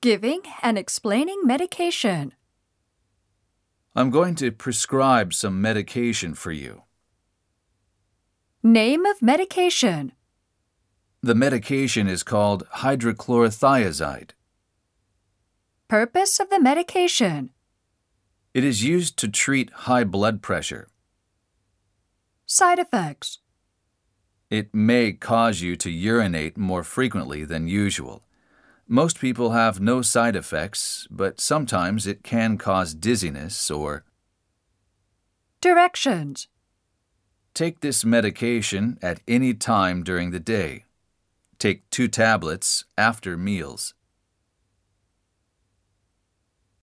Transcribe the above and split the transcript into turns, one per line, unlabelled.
Giving and explaining medication.
I'm going to prescribe some medication for you.
Name of medication.
The medication is called hydrochlorothiazide.
Purpose of the medication.
It is used to treat high blood pressure.
Side effects.
It may cause you to urinate more frequently than usual. Most people have no side effects, but sometimes it can cause dizziness or
Directions.
take this medication at any time during the day. Take two tablets after meals.